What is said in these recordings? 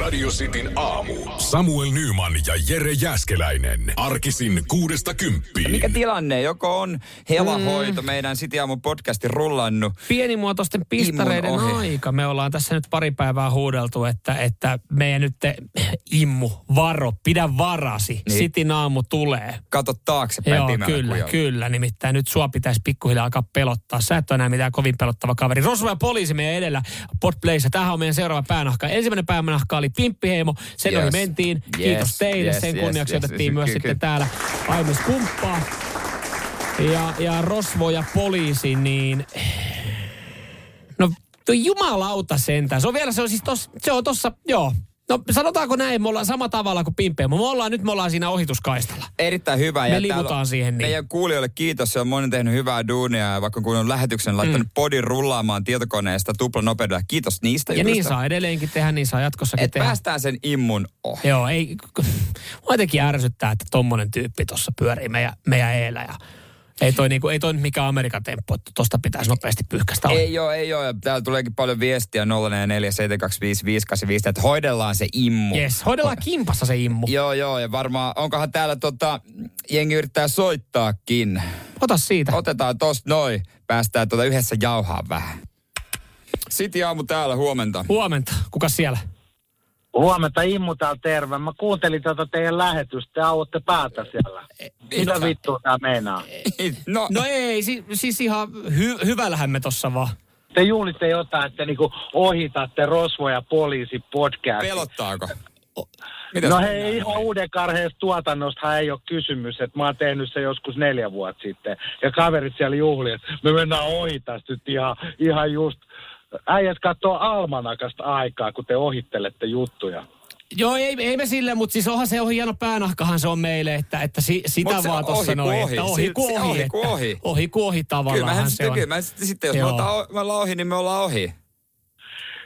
Radio Cityn aamu. Samuel Nyman ja Jere Jäskeläinen. Arkisin kuudesta kymppiin. Mikä tilanne? Joko on Mm. helahoito meidän Sitiaamun podcasti rullannut? pienimuotoisten pistareiden Immun ohi. aika. Me ollaan tässä nyt pari päivää huudeltu, että, että meidän nyt te, immu, varo, pidä varasi. Niin. Niin. Sitin aamu tulee. Kato taaksepäin Joo, pimeällä kyllä, kujalla. kyllä. Nimittäin nyt sua pitäisi pikkuhiljaa alkaa pelottaa. Sä et ole enää mitään kovin pelottava kaveri. Rosvo ja poliisi meidän edellä Podplayssa. Tämähän on meidän seuraava päänahka. Ensimmäinen päänahka oli Pimppiheimo. Sen Yes. yes. ohi mentiin. Kiitos Yes, teille. yes, Sen yes, kunniaksi yes, otettiin yes, myös ky- sitten ky- täällä Aimes kumppaa. Ja, ja Rosvo ja poliisi, niin... No, no jumalauta sentään. Se on vielä, se on siis tos, se on tossa, joo. No sanotaanko näin, me ollaan sama tavalla kuin Pimppeemo. Me ollaan, nyt me ollaan siinä ohituskaistalla. Erittäin hyvä. Me täällä liutaan on siihen niin. Meidän kuulijoille kiitos. Se on moni tehnyt hyvää duunia ja vaikka kun on lähetyksen laittanut mm. podin rullaamaan tietokoneesta tuplanopeudella. Kiitos niistä. Ja niin jutuista. saa edelleenkin tehdä, niin saa jatkossakin Et tehdä. päästään sen immun ohi. Joo, ei, mua jotenkin ärsyttää, että tommonen tyyppi tuossa pyörii meidän, meidän eellä ja ei toi, niinku, ei toi nyt mikään Amerikan temppu, että tosta pitäisi nopeasti pyyhkäistä. ohi. Ei oo, ei oo. Ja Täällä tuleekin paljon viestiä 0447255855, että hoidellaan se immu. Yes, hoidellaan kimpassa se immu. Joo, joo, ja varmaan, onkohan täällä tota, jengi yrittää soittaakin. Ota siitä. Otetaan tosta noin, päästään tuota yhdessä jauhaa vähän. Siti aamu täällä, huomenta. Huomenta. Kuka siellä? Huomenta Immu täällä terve. Mä kuuntelin tätä teidän lähetystä. Te auotte päätä siellä. Mitä no- vittua tää meinaa? No, No ei, si- siis ihan hy- hyvällähän me tossa vaan. Te juulitte jotain, että niinku ohitatte rosvoja ja poliisi podcast. pelottaako? no hei, ihan uuden karheesta tuotannosta ei ole kysymys. Että mä oon tehnyt se joskus neljä vuotta sitten. Ja kaverit siellä juhli, että me mennään ohi tästä nyt ihan, ihan just. Äijät katsoo almanakasta aikaa, kun te ohittelette juttuja. Joo, ei, ei me sille, mutta siis onhan se ohi hieno päänahkahan se on meille, että, että si, sitä Mut se on vaan ohi tuossa kuin noin, ohi. että Si- ohi se kuohi. ohi kuin ohi. Ohi kuohi tavallaan Kyllä, mähän se sitten, on. kyllä, mä sitten, sitten jos me, Joo. otetaan, me ollaan ohi, niin me ollaan ohi.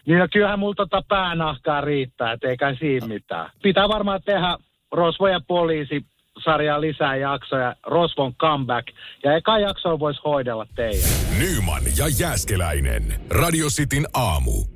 Niin no kyllähän mulla tota päänahkaa riittää, et eikä siinä mitään. Pitää varmaan tehdä Rosvo ja poliisi sarjaa lisää jaksoja, Rosvon comeback, ja eka jaksoa voisi hoidella teidän. Nyman ja Jääskeläinen. Radio Cityn aamu.